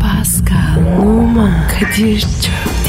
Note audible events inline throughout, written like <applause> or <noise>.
Pascal, Oman, Kadir çok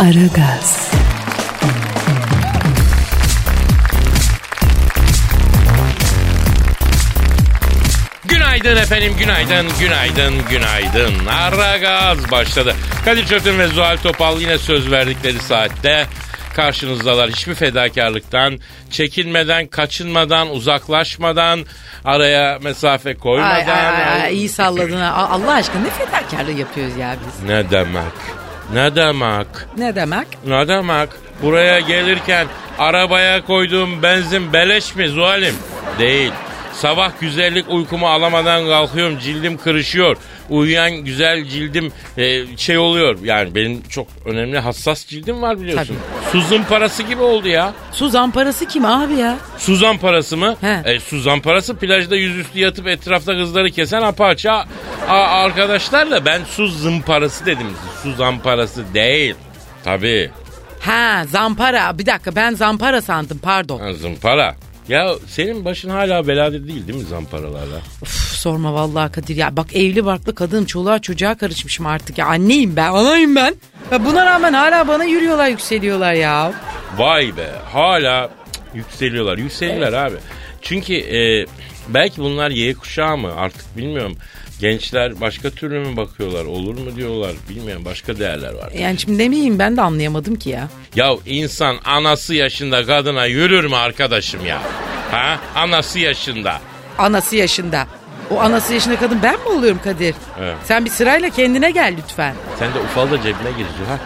Aragaz, Günaydın efendim, günaydın, günaydın, günaydın. Ara gaz başladı. Kadir Çöpten ve Zuhal Topal yine söz verdikleri saatte karşınızdalar. Hiçbir fedakarlıktan, çekinmeden, kaçınmadan, uzaklaşmadan, araya mesafe koymadan. Ay, ay, ay, ay, iyi salladın ha. A- Allah aşkına ne fedakarlığı yapıyoruz ya biz. Ne demek? Ne demek? Ne demek? Ne demek? Buraya gelirken arabaya koyduğum benzin beleş mi Zuhal'im? Değil. Sabah güzellik uykumu alamadan kalkıyorum. Cildim kırışıyor. Uyuyan güzel cildim e, şey oluyor. Yani benim çok önemli hassas cildim var biliyorsun. Suzun parası gibi oldu ya. Suzan parası kim abi ya? Suzan parası mı? He. E, Suzan parası plajda yüzüstü yatıp etrafta kızları kesen apaça a- arkadaşlarla ben Suzun parası dedim. Suzan parası değil. Tabii. Ha zampara. Bir dakika ben zampara sandım pardon. Ha, Zımpara. Ya senin başın hala belada değil değil mi zamparalarla? Üf, sorma vallahi Kadir ya. Bak evli barklı kadın çoluğa çocuğa karışmışım artık ya. Anneyim ben anayım ben. Ya buna rağmen hala bana yürüyorlar yükseliyorlar ya. Vay be hala cık, yükseliyorlar. Yükseliyorlar abi. Çünkü e, belki bunlar Y kuşağı mı artık bilmiyorum. Gençler başka türlü mü bakıyorlar olur mu diyorlar bilmiyorum başka değerler var. Yani şimdi demeyeyim ben de anlayamadım ki ya. Ya insan anası yaşında kadına yürür mü arkadaşım ya? Ha? Anası yaşında. Anası yaşında. O anası yaşında kadın ben mi oluyorum Kadir? Evet. Sen bir sırayla kendine gel lütfen. Sen de ufal da cebine gir Zuhal.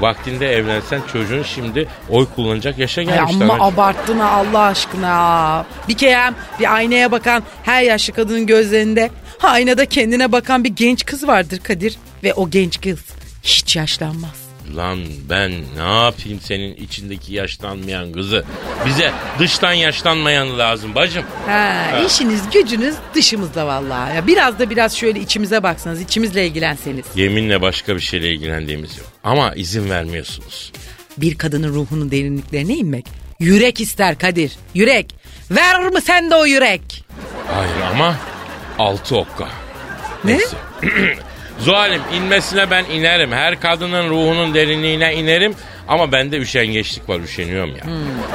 Vaktinde evlensen çocuğun şimdi oy kullanacak yaşa Ay gelmiş. amma anacığım. abarttın ha Allah aşkına. Bir kere bir aynaya bakan her yaşlı kadının gözlerinde ha aynada kendine bakan bir genç kız vardır Kadir. Ve o genç kız hiç yaşlanmaz. Lan ben ne yapayım senin içindeki yaşlanmayan kızı? Bize dıştan yaşlanmayan lazım bacım. Ha, işiniz gücünüz dışımızda vallahi. Ya biraz da biraz şöyle içimize baksanız, içimizle ilgilenseniz. Yeminle başka bir şeyle ilgilendiğimiz yok. Ama izin vermiyorsunuz. Bir kadının ruhunun derinliklerine inmek yürek ister Kadir. Yürek. Ver mi sen de o yürek? Hayır ama altı okka. Ne? Neyse. <clears throat> Zuhalim inmesine ben inerim. Her kadının ruhunun derinliğine inerim. Ama bende üşengeçlik var üşeniyorum ya.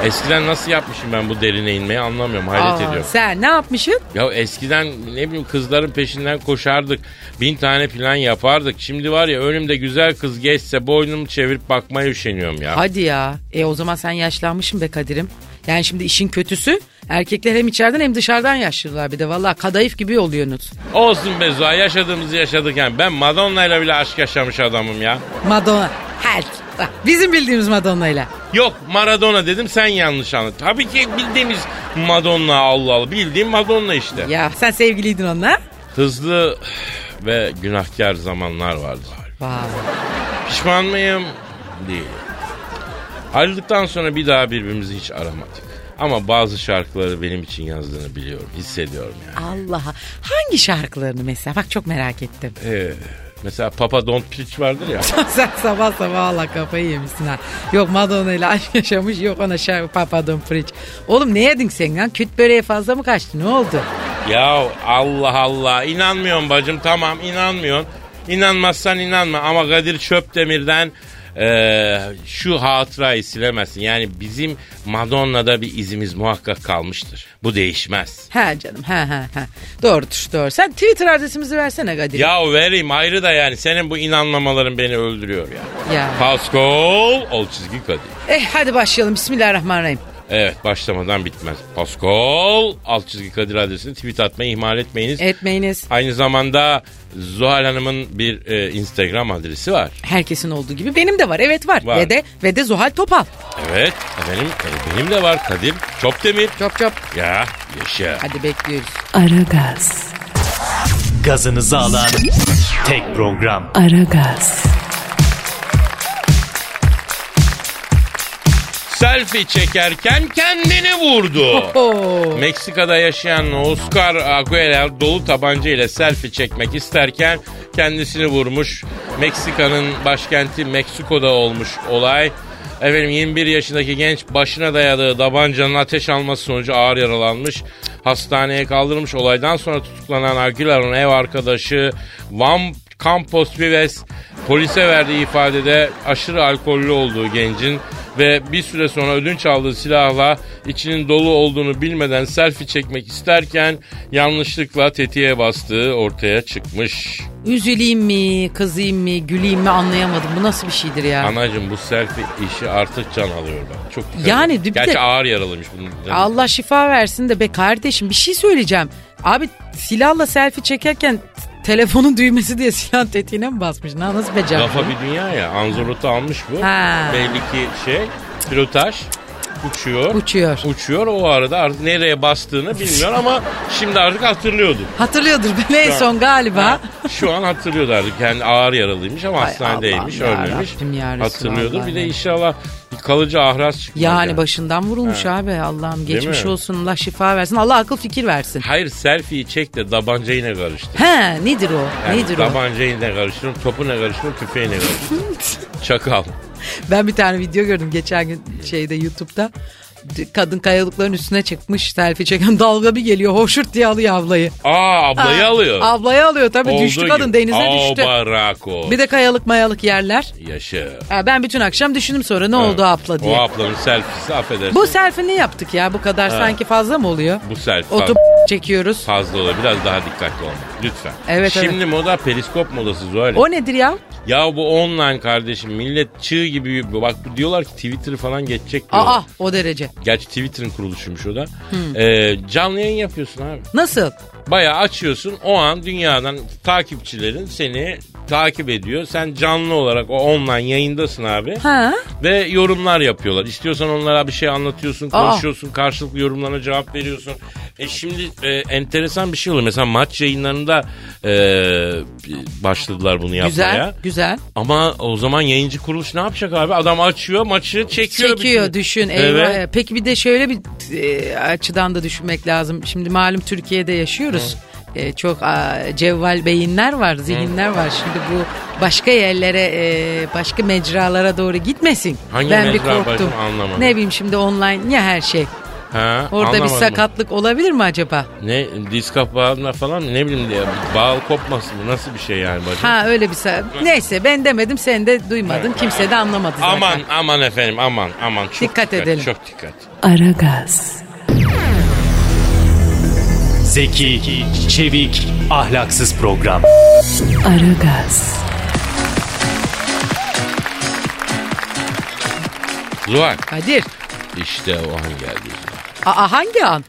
Eskiden nasıl yapmışım ben bu derine inmeyi anlamıyorum. Hayret Hmm. Aa, ediyorum. sen ne yapmışsın? Ya eskiden ne bileyim kızların peşinden koşardık. Bin tane plan yapardık. Şimdi var ya önümde güzel kız geçse boynumu çevirip bakmaya üşeniyorum ya. Hadi ya. E o zaman sen yaşlanmışsın be Kadir'im. Yani şimdi işin kötüsü erkekler hem içeriden hem dışarıdan yaşlılar bir de. Valla kadayıf gibi oluyorsunuz. Olsun be Zuhal yaşadığımızı yaşadık yani. Ben Madonna ile bile aşk yaşamış adamım ya. Madonna. Her. Bak, Bizim bildiğimiz Madonna'yla. Yok Maradona dedim sen yanlış anladın. Tabii ki bildiğimiz Madonna Allah Allah. Bildiğim Madonna işte. Ya sen sevgiliydin onunla. Hızlı ve günahkar zamanlar vardı. Vay. Pişman mıyım? Değil. Ayrıldıktan sonra bir daha birbirimizi hiç aramadık. Ama bazı şarkıları benim için yazdığını biliyorum, hissediyorum yani. Allah'a. Hangi şarkılarını mesela? Bak çok merak ettim. Ee, mesela Papa Don't Preach vardır ya. <laughs> sen sabah sabah Allah kafayı yemişsin ha. Yok Madonna ile aşk <laughs> yaşamış yok ona şarkı papadon preach. Oğlum ne yedin sen lan? Küt böreğe fazla mı kaçtı? Ne oldu? ya Allah Allah, inanmıyorsun bacım tamam inanmıyorsun. İnanmazsan inanma ama Kadir Çöpdemir'den ee, şu hatırayı silemezsin. Yani bizim Madonna'da bir izimiz muhakkak kalmıştır. Bu değişmez. Ha canım ha ha ha. Doğrudur doğru. Sen Twitter adresimizi versene Kadir. Ya vereyim ayrı da yani senin bu inanmamaların beni öldürüyor ya. Ya. Pascal alt çizgi Kadir. Eh hadi başlayalım. Bismillahirrahmanirrahim. Evet başlamadan bitmez. Pascal alt çizgi Kadir adresini tweet atmayı ihmal etmeyiniz. Etmeyiniz. Aynı zamanda Zuhal Hanım'ın bir e, Instagram adresi var. Herkesin olduğu gibi benim de var. Evet var. Var. Ve de ve de Zuhal Topal. Evet efendim e, benim de var Kadir Çopdemir. Çop çop. Ya yaşa. Hadi bekliyoruz. Aragaz, gazınızı alan tek program. Aragaz, Selfie çekerken kendini vurdu. Oo. Meksika'da yaşayan Oscar Aguilera dolu tabanca ile selfie çekmek isterken kendisini vurmuş. Meksika'nın başkenti Meksiko'da olmuş olay. Efendim 21 yaşındaki genç başına dayadığı tabancanın ateş alması sonucu ağır yaralanmış. Hastaneye kaldırılmış olaydan sonra tutuklanan Aguilera'nın ev arkadaşı Van Campos Vives polise verdiği ifadede aşırı alkollü olduğu gencin ve bir süre sonra ödünç aldığı silahla içinin dolu olduğunu bilmeden selfie çekmek isterken yanlışlıkla tetiğe bastığı ortaya çıkmış. Üzüleyim mi, kızayım mı, güleyim mi anlayamadım. Bu nasıl bir şeydir ya? Anacım bu selfie işi artık can alıyor bak. Çok dikkat Yani edin. bir de- Gerçi ağır yaralıymış bunun. Allah şifa versin de be kardeşim bir şey söyleyeceğim. Abi silahla selfie çekerken telefonun düğmesi diye silah tetiğine mi basmış? Na, nasıl becerdi? Lafa bir dünya ya. Anzorot'u almış bu. Ha. Belli ki şey pilotaj uçuyor. Uçuyor. Uçuyor o arada artık nereye bastığını bilmiyor ama şimdi artık hatırlıyordu. Hatırlıyordur ben en son galiba. Şu an hatırlıyordu artık. Yani ağır yaralıymış ama Ay hastanedeymiş, Allah'ım ölmemiş. yarabbim ya Resulallah Hatırlıyordu. Bir de ya. inşallah bir kalıcı ahraz çıkmaz. Yani başından vurulmuş abi Allah'ım Değil geçmiş mi? olsun Allah şifa versin Allah akıl fikir versin. Hayır selfie'yi çek de tabancayı ne karıştır? He nedir o Yani nedir o? tabancayı ne karıştırın, topu ne karıştırın, tüfeği ne karıştırın. Çakal. Ben bir tane video gördüm geçen gün şeyde YouTube'da. D- Kadın kayalıkların üstüne çıkmış selfie çeken <laughs> dalga bir geliyor hoşurt diye alıyor ablayı. Aa ablayı alıyor. Ablayı alıyor tabii düştü Olduğu kadın gibi. denize düştü. Abarako. Bir de kayalık mayalık yerler. Yaşa. Ha, ben bütün akşam düşündüm sonra ne oldu abla O diye. ablanın selfiesi affedersin. Bu selfie ne yaptık ya bu kadar sanki fazla mı oluyor? Bu selfie. Otup çekiyoruz. Fazla olur. Biraz daha dikkatli olmak. Lütfen. Evet, Şimdi evet. moda periskop modası Zuhal. O nedir ya? Ya bu online kardeşim millet çığ gibi yürüyor. Bak bu diyorlar ki Twitter'ı falan geçecek diyorlar. Aa Hmm. o derece. Gerçi Twitter'ın kuruluşuymuş o da. Ee, canlı yayın yapıyorsun abi. Nasıl? Bayağı açıyorsun o an dünyadan takipçilerin seni takip ediyor. Sen canlı olarak o online yayındasın abi. Ha? Ve yorumlar yapıyorlar. İstiyorsan onlara bir şey anlatıyorsun, Aa. konuşuyorsun, karşılıklı yorumlarına cevap veriyorsun. E şimdi e, enteresan bir şey oluyor. Mesela maç yayınlarında e, başladılar bunu yapmaya. Güzel, güzel. Ama o zaman yayıncı kuruluş ne yapacak abi? Adam açıyor maçı çekiyor. Çekiyor bütün- düşün. Evet. eyvah. Peki bir de şöyle bir e, açıdan da düşünmek lazım. Şimdi malum Türkiye'de yaşıyoruz. E, çok a, cevval beyinler var, zihinler var. Şimdi bu başka yerlere, e, başka mecralara doğru gitmesin. Hangi ben bir mecra korktum. başım anlamadım. Ne bileyim şimdi online ya her şey. Ha, Orada anlamadım. bir sakatlık olabilir mi acaba? Ne diz kapağına falan mı? ne bileyim diye bağlı kopmasın mı? Nasıl bir şey yani bacım? Ha öyle bir sa- Neyse ben demedim, sen de duymadın, kimse de anlamadı zaten. Aman aman efendim aman aman çok dikkat, Dikkat edelim. çok dikkat. Aragaz, Zeki, çevik, ahlaksız program. Aragaz, Zuhal Kadir, işte o an geldi. aa hangi an?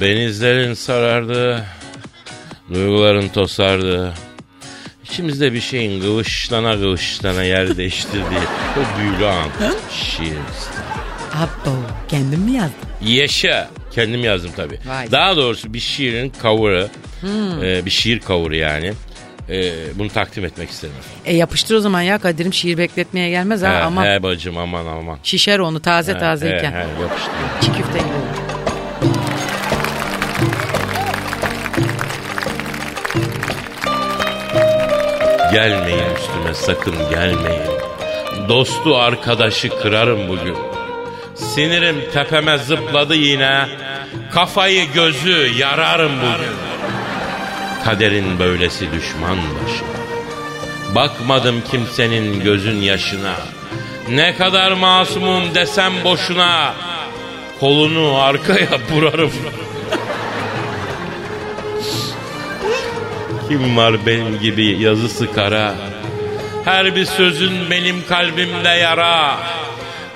Benizlerin sarardı, duyguların tosardı. İçimizde bir şeyin kıvışlana kıvışlana yer değiştirdiği o büyülü an. Şiir. Abdo, kendim mi yazdım? Yaşa. Kendim yazdım tabii. Vay. Hmm. Daha doğrusu bir şiirin cover'ı. e, bir şiir cover'ı yani. E, bunu takdim etmek istedim. E yapıştır o zaman ya Kadir'im şiir bekletmeye gelmez ha he, ama he bacım aman aman. şişer onu taze tazeyken. He, he, yapıştı. Çiğ köfte gibi olur. Gelmeyin üstüme sakın gelmeyin. Dostu arkadaşı kırarım bugün. Sinirim tepeme zıpladı yine. Kafayı gözü yararım bugün. Kaderin böylesi düşman başı. Bakmadım kimsenin gözün yaşına. Ne kadar masumum desem boşuna. Kolunu arkaya <laughs> burarım. Kim var benim gibi yazısı kara? Her bir sözün benim kalbimde yara.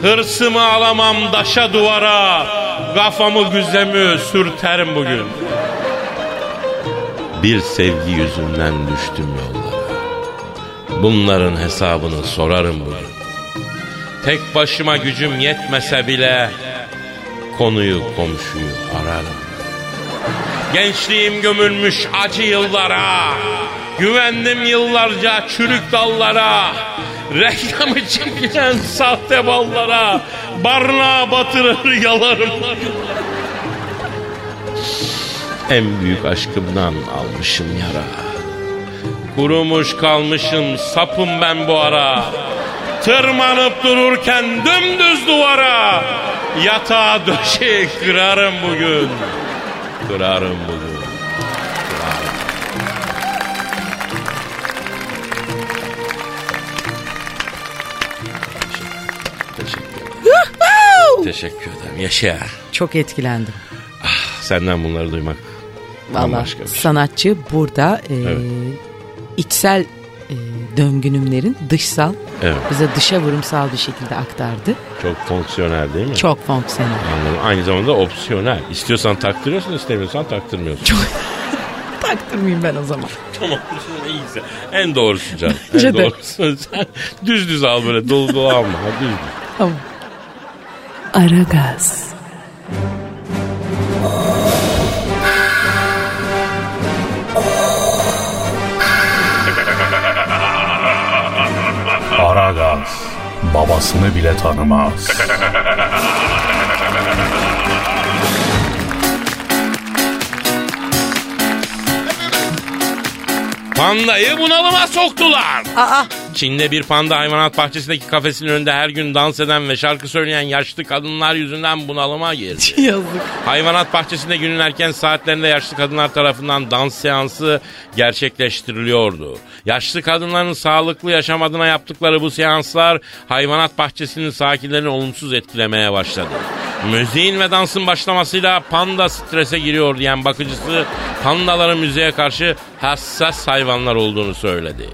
Hırsımı alamam daşa duvara. Kafamı güzemi sürterim bugün. Bir sevgi yüzünden düştüm yollara. Bunların hesabını sorarım bugün. Tek başıma gücüm yetmese bile konuyu komşuyu ararım. Gençliğim gömülmüş acı yıllara Güvendim yıllarca çürük dallara. Reklamı çekilen sahte ballara. Barnağa batırır yalarım. en büyük aşkımdan almışım yara. Kurumuş kalmışım sapım ben bu ara. Tırmanıp dururken dümdüz duvara. Yatağa döşeği kırarım bugün. Kırarım bugün. Teşekkür ederim. Teşekkür ederim. Yaşa. Çok etkilendim. Senden bunları duymak Vallahi bambaşka bir şey. sanatçı burada e, içsel e, döngünümlerin dışsal Evet. bize dışa vurumsal bir şekilde aktardı. Çok fonksiyonel değil mi? Çok fonksiyonel. Anladım. Aynı zamanda opsiyonel. İstiyorsan taktırıyorsun, istemiyorsan taktırmıyorsun. Çok Taktırmayayım ben o zaman. tamam. İyi güzel. En doğrusu Can. Bence En de. doğrusu. Sen düz düz al böyle. Dolu dolu alma. Ha, Düz düz. Tamam. Aragaz, Aragaz babasını bile tanımaz. Pandayı bunalıma soktular. Aa Çin'de bir panda hayvanat bahçesindeki kafesinin önünde her gün dans eden ve şarkı söyleyen yaşlı kadınlar yüzünden bunalıma girdi. yazık. Hayvanat bahçesinde günün erken saatlerinde yaşlı kadınlar tarafından dans seansı gerçekleştiriliyordu. Yaşlı kadınların sağlıklı yaşam adına yaptıkları bu seanslar hayvanat bahçesinin sakinlerini olumsuz etkilemeye başladı. Müziğin ve dansın başlamasıyla panda strese giriyor diyen bakıcısı pandaların müziğe karşı hassas hayvanlar olduğunu söyledi.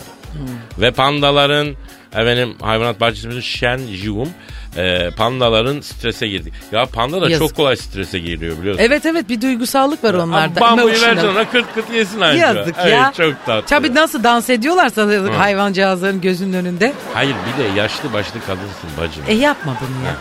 Ve pandaların efendim hayvanat bahçesimizin Şen Jigum e, pandaların strese girdi. Ya panda da Yazık. çok kolay strese giriyor biliyorsun. Evet evet bir duygusallık var onlarda. Bambuyu Emotional. versene ona kırt kırt yesin anca. Yazık Evet, ya. çok tatlı. Tabii nasıl dans ediyorlarsa yazık hayvancağızların gözünün önünde. Hayır bir de yaşlı başlı kadınsın bacım. E yapma bunu ya.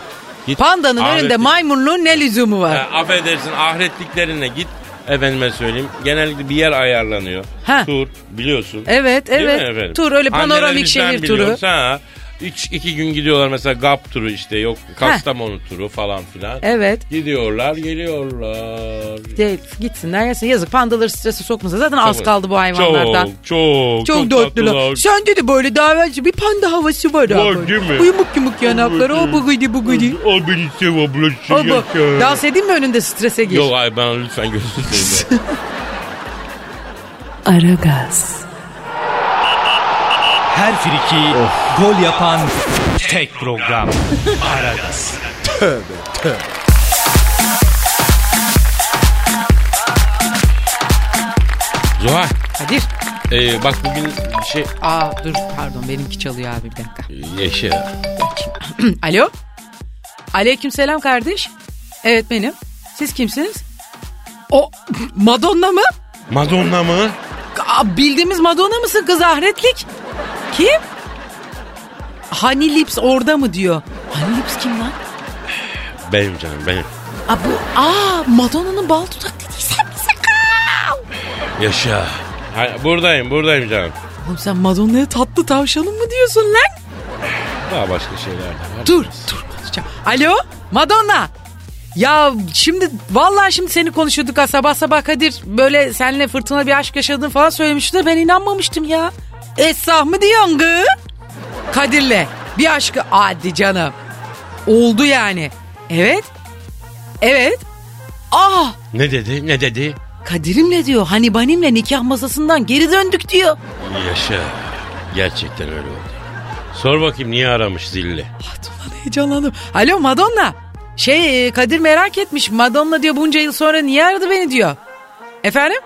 Git- Pandanın Ahmetlik- önünde maymunluğun ne lüzumu E, var? affedersin ahretliklerine git. Efendime söyleyeyim. Genellikle bir yer ayarlanıyor. Ha. Tur biliyorsun. Evet, Değil mi evet. efendim? Tur, öyle panoramik Anneler bizden şehir turu. biliyoruz, Ha. Üç, iki gün gidiyorlar mesela GAP turu işte yok Kastamonu turu falan filan. Evet. Gidiyorlar geliyorlar. De, gitsinler yesin. Yazık pandaları strese sokmasa zaten az kaldı bu hayvanlardan. Çok çok. Çok, dörtlüler. Sen dedi böyle daha evvelce bir panda havası var ha Var böyle. değil mi? Uyumuk yumuk yanakları. O bugüdü bugüdü. O beni sev O ablacı bu. Dans edeyim mi önünde strese gir? Yok ay ben lütfen gözünü seveyim. Aragaz, Her friki gol yapan tek program. Aragaz. Zuhal Kadir. e, bak bugün bir şey Aa dur pardon benimki çalıyor abi bir dakika. yaşa. Alo. Aleyküm selam kardeş. Evet benim. Siz kimsiniz? O <laughs> Madonna mı? Madonna mı? Aa, bildiğimiz Madonna mısın kız ahretlik? Kim? Hani Lips orada mı diyor. Hani Lips kim lan? Benim canım benim. Aa, bu, aa Madonna'nın bal dudak dediği sen misin? Aa! Yaşa. Hay- buradayım buradayım canım. Oğlum sen Madonna'ya tatlı tavşanım mı diyorsun lan? Daha başka şeyler de var. Dur dur konuşacağım. Alo Madonna. Ya şimdi vallahi şimdi seni konuşuyorduk ha sabah sabah Kadir böyle seninle fırtına bir aşk yaşadın falan söylemişti ben inanmamıştım ya. Esah mı diyorsun gı? Kadir'le bir aşkı hadi canım. Oldu yani. Evet. Evet. Ah Ne dedi ne dedi? Kadir'imle diyor hani benimle nikah masasından geri döndük diyor. Yaşa. Gerçekten öyle oldu. Sor bakayım niye aramış zilli? Ulan heyecanlandım. Alo Madonna. Şey e, Kadir merak etmiş. Madonna diyor bunca yıl sonra niye aradı beni diyor. Efendim?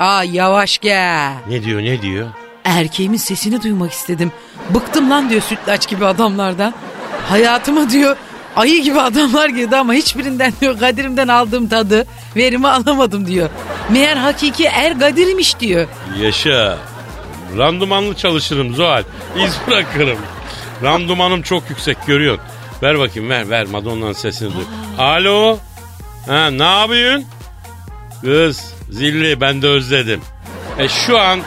Aa yavaş gel. Ne diyor ne diyor? Erkeğimin sesini duymak istedim. Bıktım lan diyor sütlaç gibi adamlardan. Hayatıma diyor ayı gibi adamlar girdi ama hiçbirinden diyor Kadir'imden aldığım tadı verimi alamadım diyor. Meğer hakiki er Kadir'miş diyor. Yaşa. Randımanlı çalışırım Zuhal. İz bırakırım. Randımanım çok yüksek görüyorsun. Ver bakayım ver ver Madonna'nın sesini duy. Alo. Ha ne yapıyorsun? Kız zilli ben de özledim. E şu an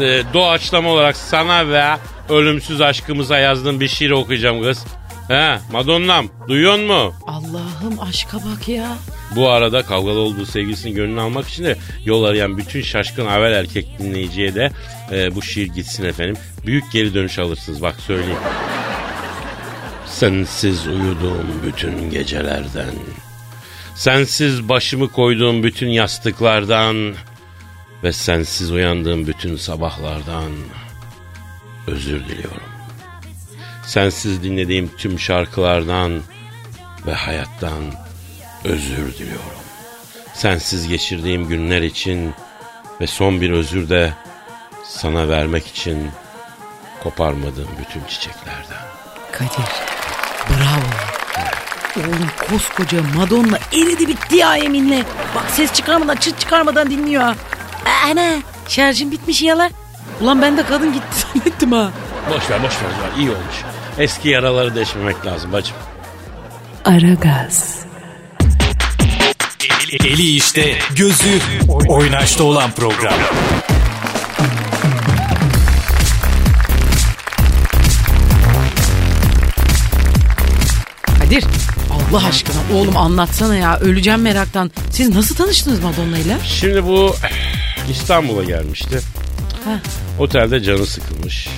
e, doğaçlama olarak sana ve ölümsüz aşkımıza yazdığım bir şiir okuyacağım kız. He Madonna'm duyuyor mu? Allah'ım aşka bak ya. Bu arada kavgalı olduğu sevgilisinin gönlünü almak için de yol arayan bütün şaşkın avel erkek dinleyiciye de e, bu şiir gitsin efendim. Büyük geri dönüş alırsınız bak söyleyeyim. Sensiz uyuduğum bütün gecelerden, sensiz başımı koyduğum bütün yastıklardan ve sensiz uyandığım bütün sabahlardan özür diliyorum. Sensiz dinlediğim tüm şarkılardan ve hayattan özür diliyorum. Sensiz geçirdiğim günler için ve son bir özür de sana vermek için koparmadığım bütün çiçeklerden. Kadir bravo. Oğlum koskoca Madonna eridi bitti ya yeminle. Bak ses çıkarmadan çıt çıkarmadan dinliyor ha. Ana şarjım bitmiş yalan. Ulan ben de kadın gitti <laughs> zannettim ha. Boş ver boş ver ya, iyi olmuş. Eski yaraları deşmemek lazım bacım. Aragaz, Eli, E, eli işte, gözü oynaşta olan program. Kadir Allah aşkına oğlum anlatsana ya öleceğim meraktan. Siz nasıl tanıştınız Madonna'yla? Şimdi bu eh, İstanbul'a gelmişti. Ha. Otelde canı sıkılmış.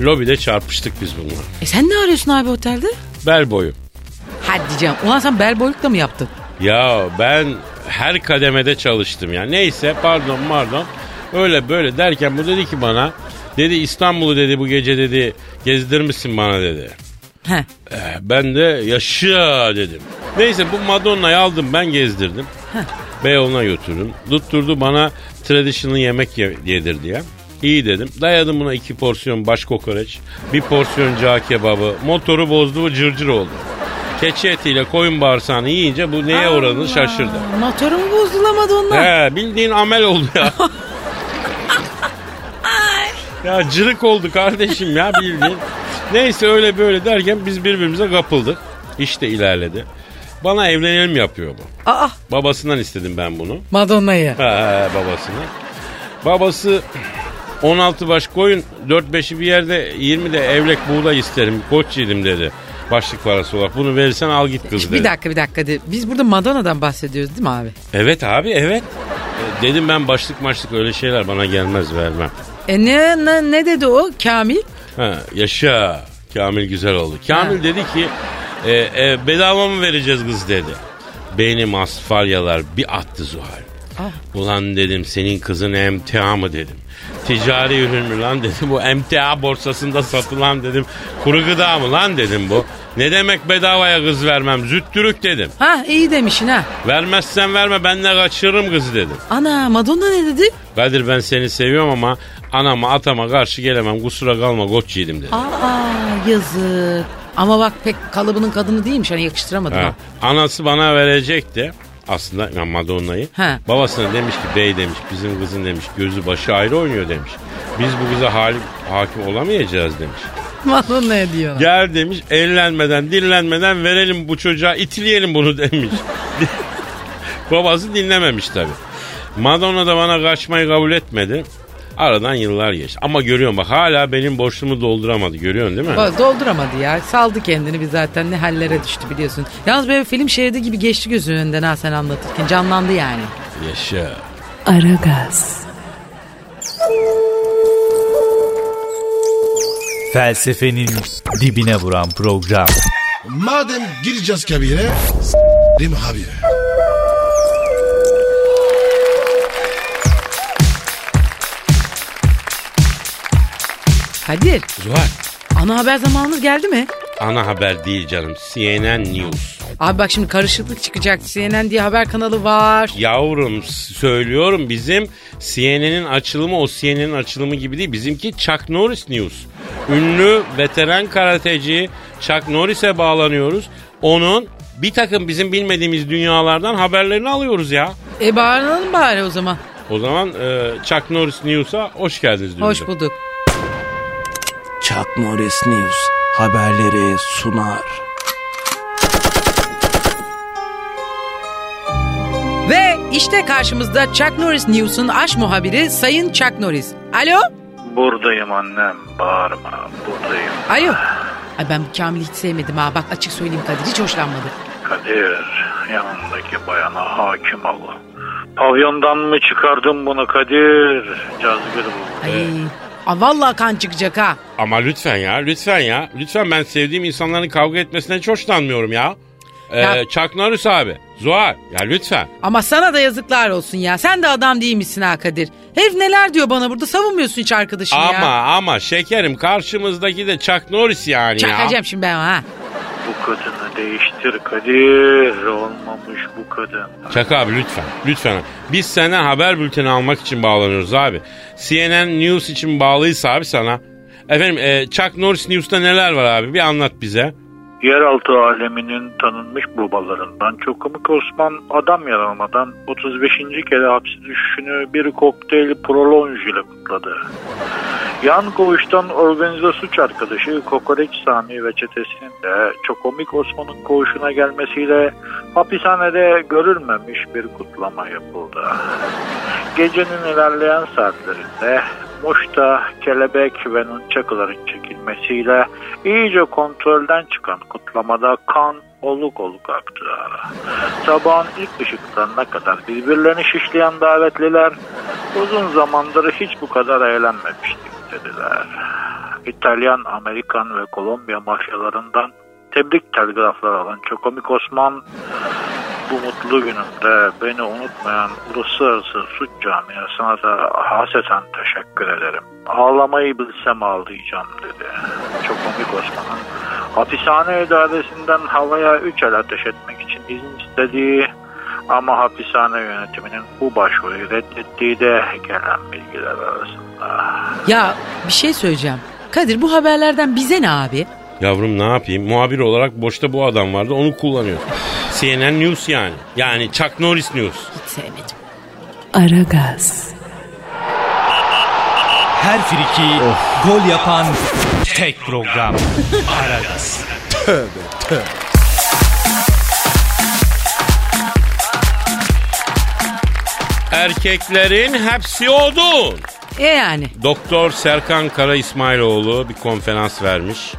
Lobide çarpıştık biz bununla. E sen ne arıyorsun abi otelde? Bel boyu. Hadi diyeceğim. Ulan sen bel boyluk da mı yaptın? Ya ben her kademede çalıştım yani. Neyse pardon pardon. Öyle böyle derken bu dedi ki bana. Dedi İstanbul'u dedi bu gece dedi gezdirmişsin bana dedi. He. Eh, ben de yaşa dedim. Neyse bu Madonna'yı aldım ben gezdirdim. Beyoğlu'na götürdüm. Tutturdu bana traditional yemek ye- yedir diye. İyi dedim. Dayadım buna iki porsiyon baş kokoreç, bir porsiyon cağ kebabı. Motoru bozdu bu cırcır oldu. Keçi etiyle koyun bağırsağını yiyince bu neye uğradığını şaşırdı. Motoru mu bozdulamadı onlar? He, bildiğin amel oldu <laughs> ya. ya cırık oldu kardeşim ya bildiğin. Neyse öyle böyle derken biz birbirimize kapıldık. İşte ilerledi. Bana evlenelim yapıyor bu. Aa Babasından istedim ben bunu. Madonna'yı. He, he, babasına. Babası 16 baş koyun 4-5'i bir yerde 20 de evlek buğday isterim koç yedim dedi. Başlık parası olarak bunu verirsen al git kız dedi. Bir dakika bir dakika. de- Biz burada Madonna'dan bahsediyoruz değil mi abi? Evet abi evet. E, Dedim ben başlık maçlık öyle şeyler bana gelmez vermem. E ne, ne, ne dedi o Kamil? Ha, yaşa. Kamil güzel oldu. Kamil dedi ki e, e, bedava mı vereceğiz kız dedi. Benim asfalyalar bir attı Zuhal. Ulan dedim senin kızın emtia mı dedim. Ticari ürün mü lan dedim. Bu emtia borsasında satılan dedim. Kuru gıda mı lan dedim bu. Ne demek bedavaya kız vermem züttürük dedim. Ha iyi demişsin ha. Vermezsen verme ben de kaçırırım kızı dedim. Ana Madonna ne dedi? Kadir ben seni seviyorum ama anama atama karşı gelemem kusura kalma koç yedim dedi. Aa yazık. Ama bak pek kalıbının kadını değilmiş hani yakıştıramadım. <laughs> Ha, Ha. Anası bana verecekti aslında yani Madonna'yı. He. Babasına demiş ki bey demiş bizim kızın demiş gözü başı ayrı oynuyor demiş. Biz bu kıza halim, hakim olamayacağız demiş. Madonna'ya diyorlar. Gel demiş ellenmeden dillenmeden verelim bu çocuğa itileyelim bunu <laughs> demiş. Babası dinlememiş tabi. Madonna da bana kaçmayı kabul etmedi. Aradan yıllar geçti. Ama görüyorum bak hala benim boşluğumu dolduramadı. Görüyorsun değil mi? Ba- Dolduramadı ya. Saldı kendini bir zaten ne hallere düştü biliyorsun. Yalnız böyle film şeridi gibi geçti gözünün önünden ha sen anlatırken. Canlandı yani. Yaşa. Aragaz, Felsefenin dibine vuran program. Madem gireceğiz kabire. Rim abi. Kadir Zuhal. ana haber zamanımız geldi mi? Ana haber değil canım. CNN News. Abi bak şimdi karışıklık çıkacak. CNN diye haber kanalı var. Yavrum s- söylüyorum bizim CNN'in açılımı o CNN'in açılımı gibi değil. Bizimki Chuck Norris News. Ünlü veteran karateci Chuck Norris'e bağlanıyoruz. Onun bir takım bizim bilmediğimiz dünyalardan haberlerini alıyoruz ya. E bağıralım bari o zaman. O zaman e, Chuck Norris News'a hoş geldiniz. Hoş diyorum. bulduk. Chuck Norris News haberleri sunar. Ve İşte karşımızda Chuck Norris News'un aş muhabiri Sayın Chuck Norris. Alo? Buradayım annem bağırma buradayım. Alo? Ay ben bu Kamil'i hiç sevmedim ha. Bak açık söyleyeyim Kadir hiç hoşlanmadı. Kadir yanındaki bayana hakim ol. Pavyondan mı çıkardın bunu Kadir? Cazgır bu. Ay. Aa, vallahi kan çıkacak ha. Ama lütfen ya lütfen ya. Lütfen ben sevdiğim insanların kavga etmesinden hiç hoşlanmıyorum ya. Ee, Ya- Chuck Norris abi. Zuhal ya lütfen. Ama sana da yazıklar olsun ya. Sen de adam değilmişsin ha Kadir. Herif neler diyor bana burada savunmuyorsun hiç arkadaşını ya. Ama ama şekerim karşımızdaki de Chuck Norris yani ya. Çakacağım şimdi ben ha. Bu kadını değiştir Kadir. Olmamış bu kadın. Çak abi lütfen. Lütfen. Biz sana haber bülteni almak için bağlanıyoruz abi. CNN News için bağlıyız abi sana. Efendim e, Chuck Norris News'ta neler var abi? Bir anlat bize. Yeraltı aleminin tanınmış babalarından çok komik Osman adam yaralamadan 35. kere hapse düşüşünü bir kokteyl prolonj ile kutladı. Yan koğuştan organize suç arkadaşı Kokoreç Sami ve çetesinin de çok komik Osman'ın koğuşuna gelmesiyle hapishanede görülmemiş bir kutlama yapıldı. Gecenin ilerleyen saatlerinde Muş'ta kelebek ve nunçakıların çekilmesiyle iyice kontrolden çıkan kutlamada kan oluk oluk aktı. Sabahın ilk ışıklarına kadar birbirlerini şişleyen davetliler uzun zamandır hiç bu kadar eğlenmemiştik dediler. İtalyan, Amerikan ve Kolombiya mafyalarından tebrik telgraflar alan Çokomik Osman bu mutlu günümde beni unutmayan uluslararası suç camiasına da haseten teşekkür ederim. Ağlamayı bilsem ağlayacağım dedi. Çok komik Osman'ın. Hapishane idaresinden havaya üç el ateş etmek için izin istediği ama hapishane yönetiminin bu başvuruyu reddettiği de gelen bilgiler arasında. Ya bir şey söyleyeceğim. Kadir bu haberlerden bize ne abi? Yavrum ne yapayım? Muhabir olarak boşta bu adam vardı onu kullanıyor. CNN News yani. Yani Chuck Norris News. Hiç sevmedim. Aragaz, Her friki gol yapan tek program. Aragaz. Erkeklerin hepsi odun. E yani. Doktor Serkan Kara İsmailoğlu bir konferans vermiş.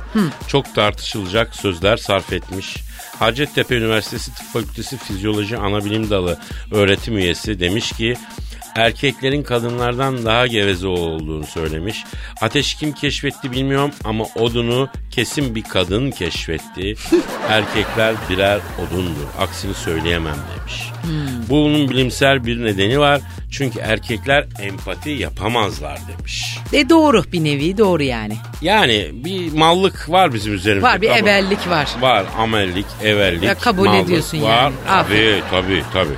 Çok tartışılacak sözler sarf etmiş. Hacettepe Üniversitesi Tıp Fakültesi Fizyoloji Anabilim Dalı öğretim üyesi demiş ki erkeklerin kadınlardan daha geveze olduğunu söylemiş. Ateş kim keşfetti bilmiyorum ama odunu kesin bir kadın <laughs> keşfetti. Erkekler birer odundur. Aksini söyleyemem demiş. Hmm. Bunun bilimsel bir nedeni var. Çünkü erkekler empati yapamazlar demiş. E doğru bir nevi doğru yani. Yani bir mallık var bizim üzerimizde. Var bir tamam. ebellik var. Var amellik, everlik, Ya kabul mallık ediyorsun var. yani. Tabii tabii tabii.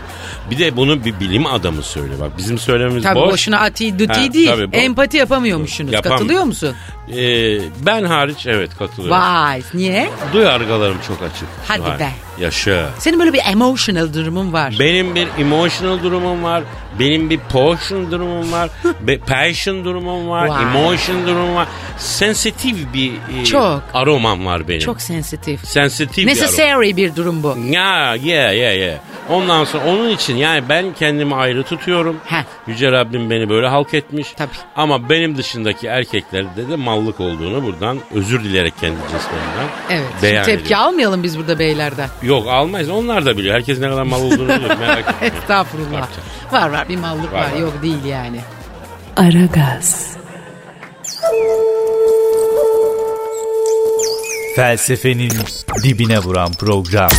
Bir de bunu bir bilim adamı söyle bak. Bizim söylememiz Tabii boş. boşuna ati duti Ha, değil. tabii, bu- Empati yapamıyormuşsunuz. Yapam- Katılıyor musun? Ee, ben hariç evet katılıyorum. Vay niye? Duyargalarım çok açık. Hadi Vay. be. Yaşa. Senin böyle bir emotional durumun var. Benim bir emotional durumum var. Benim bir passion durumum <laughs> var. be- passion durumum var. Vay. Emotion durumum var. Sensitif bir e, Çok. aromam var benim. Çok sensitif. sensitif bir aroma. Necessary bir durum bu. Ya ya ya ya. Ondan sonra onun için yani ben kendimi ayrı tutuyorum. Heh. Yüce Rabbim beni böyle halk etmiş. Tabii. Ama benim dışındaki erkeklerde de mallık olduğunu buradan özür dileyerek kendi cinslerinden Evet. beyan Şimdi tepki ediyorum. almayalım biz burada beylerden. Yok almayız onlar da biliyor. Herkes ne kadar mal olduğunu biliyor merak etme. <laughs> Estağfurullah. Tabii, Var var bir mallık Var, var. var. Yok değil yani. Aragaz, Felsefenin dibine vuran program.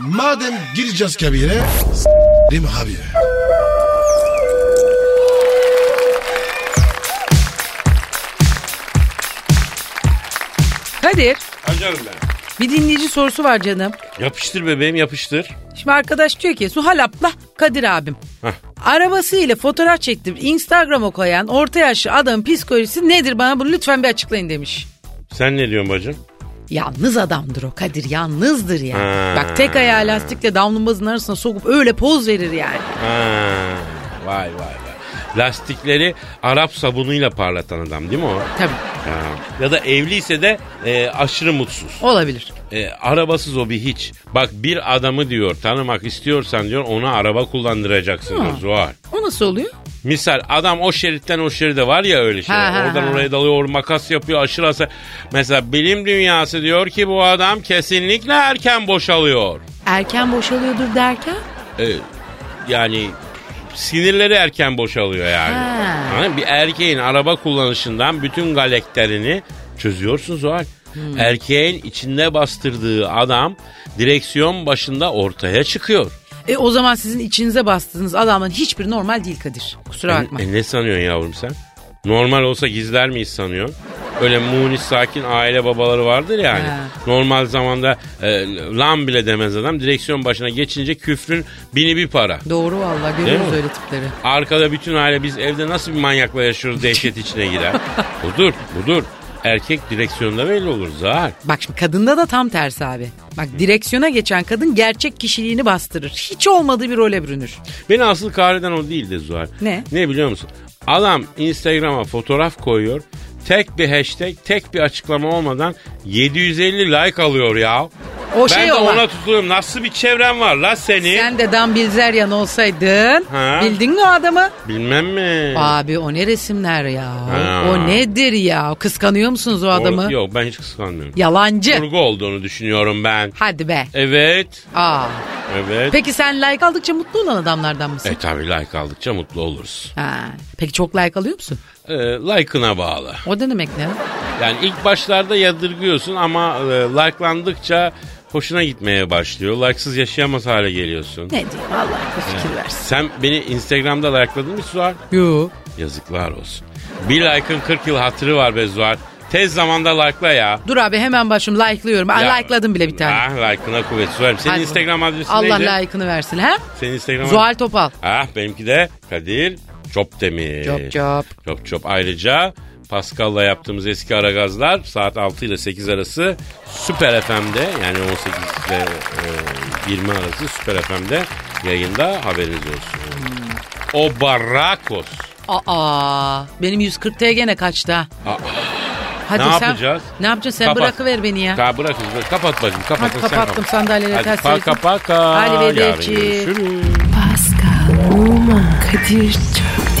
Madem gireceğiz kabire, s**rim habire. Kadir Acarım ben. bir dinleyici sorusu var canım. Yapıştır bebeğim yapıştır. Şimdi arkadaş diyor ki Suhal abla Kadir abim. Heh. Arabasıyla fotoğraf çektim Instagram'a koyan orta yaşlı adamın psikolojisi nedir bana bunu lütfen bir açıklayın demiş. Sen ne diyorsun bacım? Yalnız adamdır o Kadir yalnızdır yani. Ha. Bak tek ayağı lastikle davlumbazın arasına sokup öyle poz verir yani. Ha, vay vay vay. Lastikleri Arap sabunuyla parlatan adam değil mi o? Tabii. Ya da evliyse de e, aşırı mutsuz. Olabilir. E, arabasız o bir hiç. Bak bir adamı diyor tanımak istiyorsan diyor ona araba kullandıracaksın diyor Zuhal. O nasıl oluyor? Misal adam o şeritten o şeride var ya öyle şeyler. Ha, ha, Oradan ha. oraya dalıyor makas yapıyor aşırı hasar. Mesela bilim dünyası diyor ki bu adam kesinlikle erken boşalıyor. Erken boşalıyordur derken? E, yani sinirleri erken boşalıyor yani. Ha. Hani bir erkeğin araba kullanışından bütün galeklerini çözüyorsun Zuhal. Hmm. Erkeğin içinde bastırdığı adam direksiyon başında ortaya çıkıyor. E o zaman sizin içinize bastığınız adamın hiçbir normal değil Kadir. Kusura bakma. E, e, ne sanıyorsun yavrum sen? Normal olsa gizler miyiz sanıyorsun? Öyle munis sakin aile babaları vardır yani. He. Normal zamanda e, lan bile demez adam. Direksiyon başına geçince küfrün bini bir para. Doğru valla Değil görüyoruz mi? öyle tipleri. Arkada bütün aile biz evde nasıl bir manyakla yaşıyoruz dehşet içine <laughs> girer. budur budur. Erkek direksiyonda belli olur zar. Bak şimdi kadında da tam tersi abi. Bak direksiyona geçen kadın gerçek kişiliğini bastırır. Hiç olmadığı bir role bürünür. Beni asıl kahreden o değildi Zuhal. Ne? Ne biliyor musun? Adam Instagram'a fotoğraf koyuyor. Tek bir hashtag, tek bir açıklama olmadan 750 like alıyor ya. O ben şey de o ona bak. tutuluyorum. Nasıl bir çevrem var la senin? Sen de Dan Bilzerian olsaydın Ha? bildin mi o adamı? Bilmem mi? Abi o ne resimler ya? Ha. O nedir ya? Kıskanıyor musunuz o adamı? O- yok ben hiç kıskanmıyorum. Yalancı. Kurgu olduğunu düşünüyorum ben. Hadi be. Evet. Aa. Evet. Peki sen like aldıkça mutlu olan adamlardan mısın? E tabi like aldıkça mutlu oluruz. Ha. Peki çok like alıyor musun? E, like'ına bağlı. O ne demek ne? Yani ilk başlarda yadırgıyorsun ama e, like'landıkça hoşuna gitmeye başlıyor. Like'sız yaşayamaz hale geliyorsun. Ne diyeyim Allah bir fikir versin. Sen beni Instagram'da like'ladın mı Zuhal? Yo. Yazıklar olsun. Bir like'ın 40 yıl hatırı var be Zuhal. Tez zamanda like'la ya. Dur abi hemen başım like'lıyorum. Ya- Aa, Like'ladım bile bir tane. Ah like'ına kuvvet Zuhal'im. Senin Hadi. Instagram adresin Allah neydi? layıkını versin ha. Senin Instagram Zuhal Topal. Ah benimki de Kadir Çopdemir. Çop çop. Çop çop. Ayrıca Pascal'la yaptığımız eski aragazlar saat 6 ile 8 arası Süper FM'de yani 18 ile e, 20 arası Süper FM'de yayında haberiniz olsun. Hmm. O Barakos. Aa benim 140 T gene kaçtı ha. Hadi Ne sen, yapacağız? Ne yapacaksın sen Kapat. bırakıver beni ya. Ka bırak hızlı. Kapat bacım. Kapat. Hadi sen kapattım kapat. sandalyeleri ters Hadi paka çevirdim. paka. Hadi Yarın vedeci. görüşürüz. Pascal, Oman, Kadir çok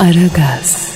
Aragaz.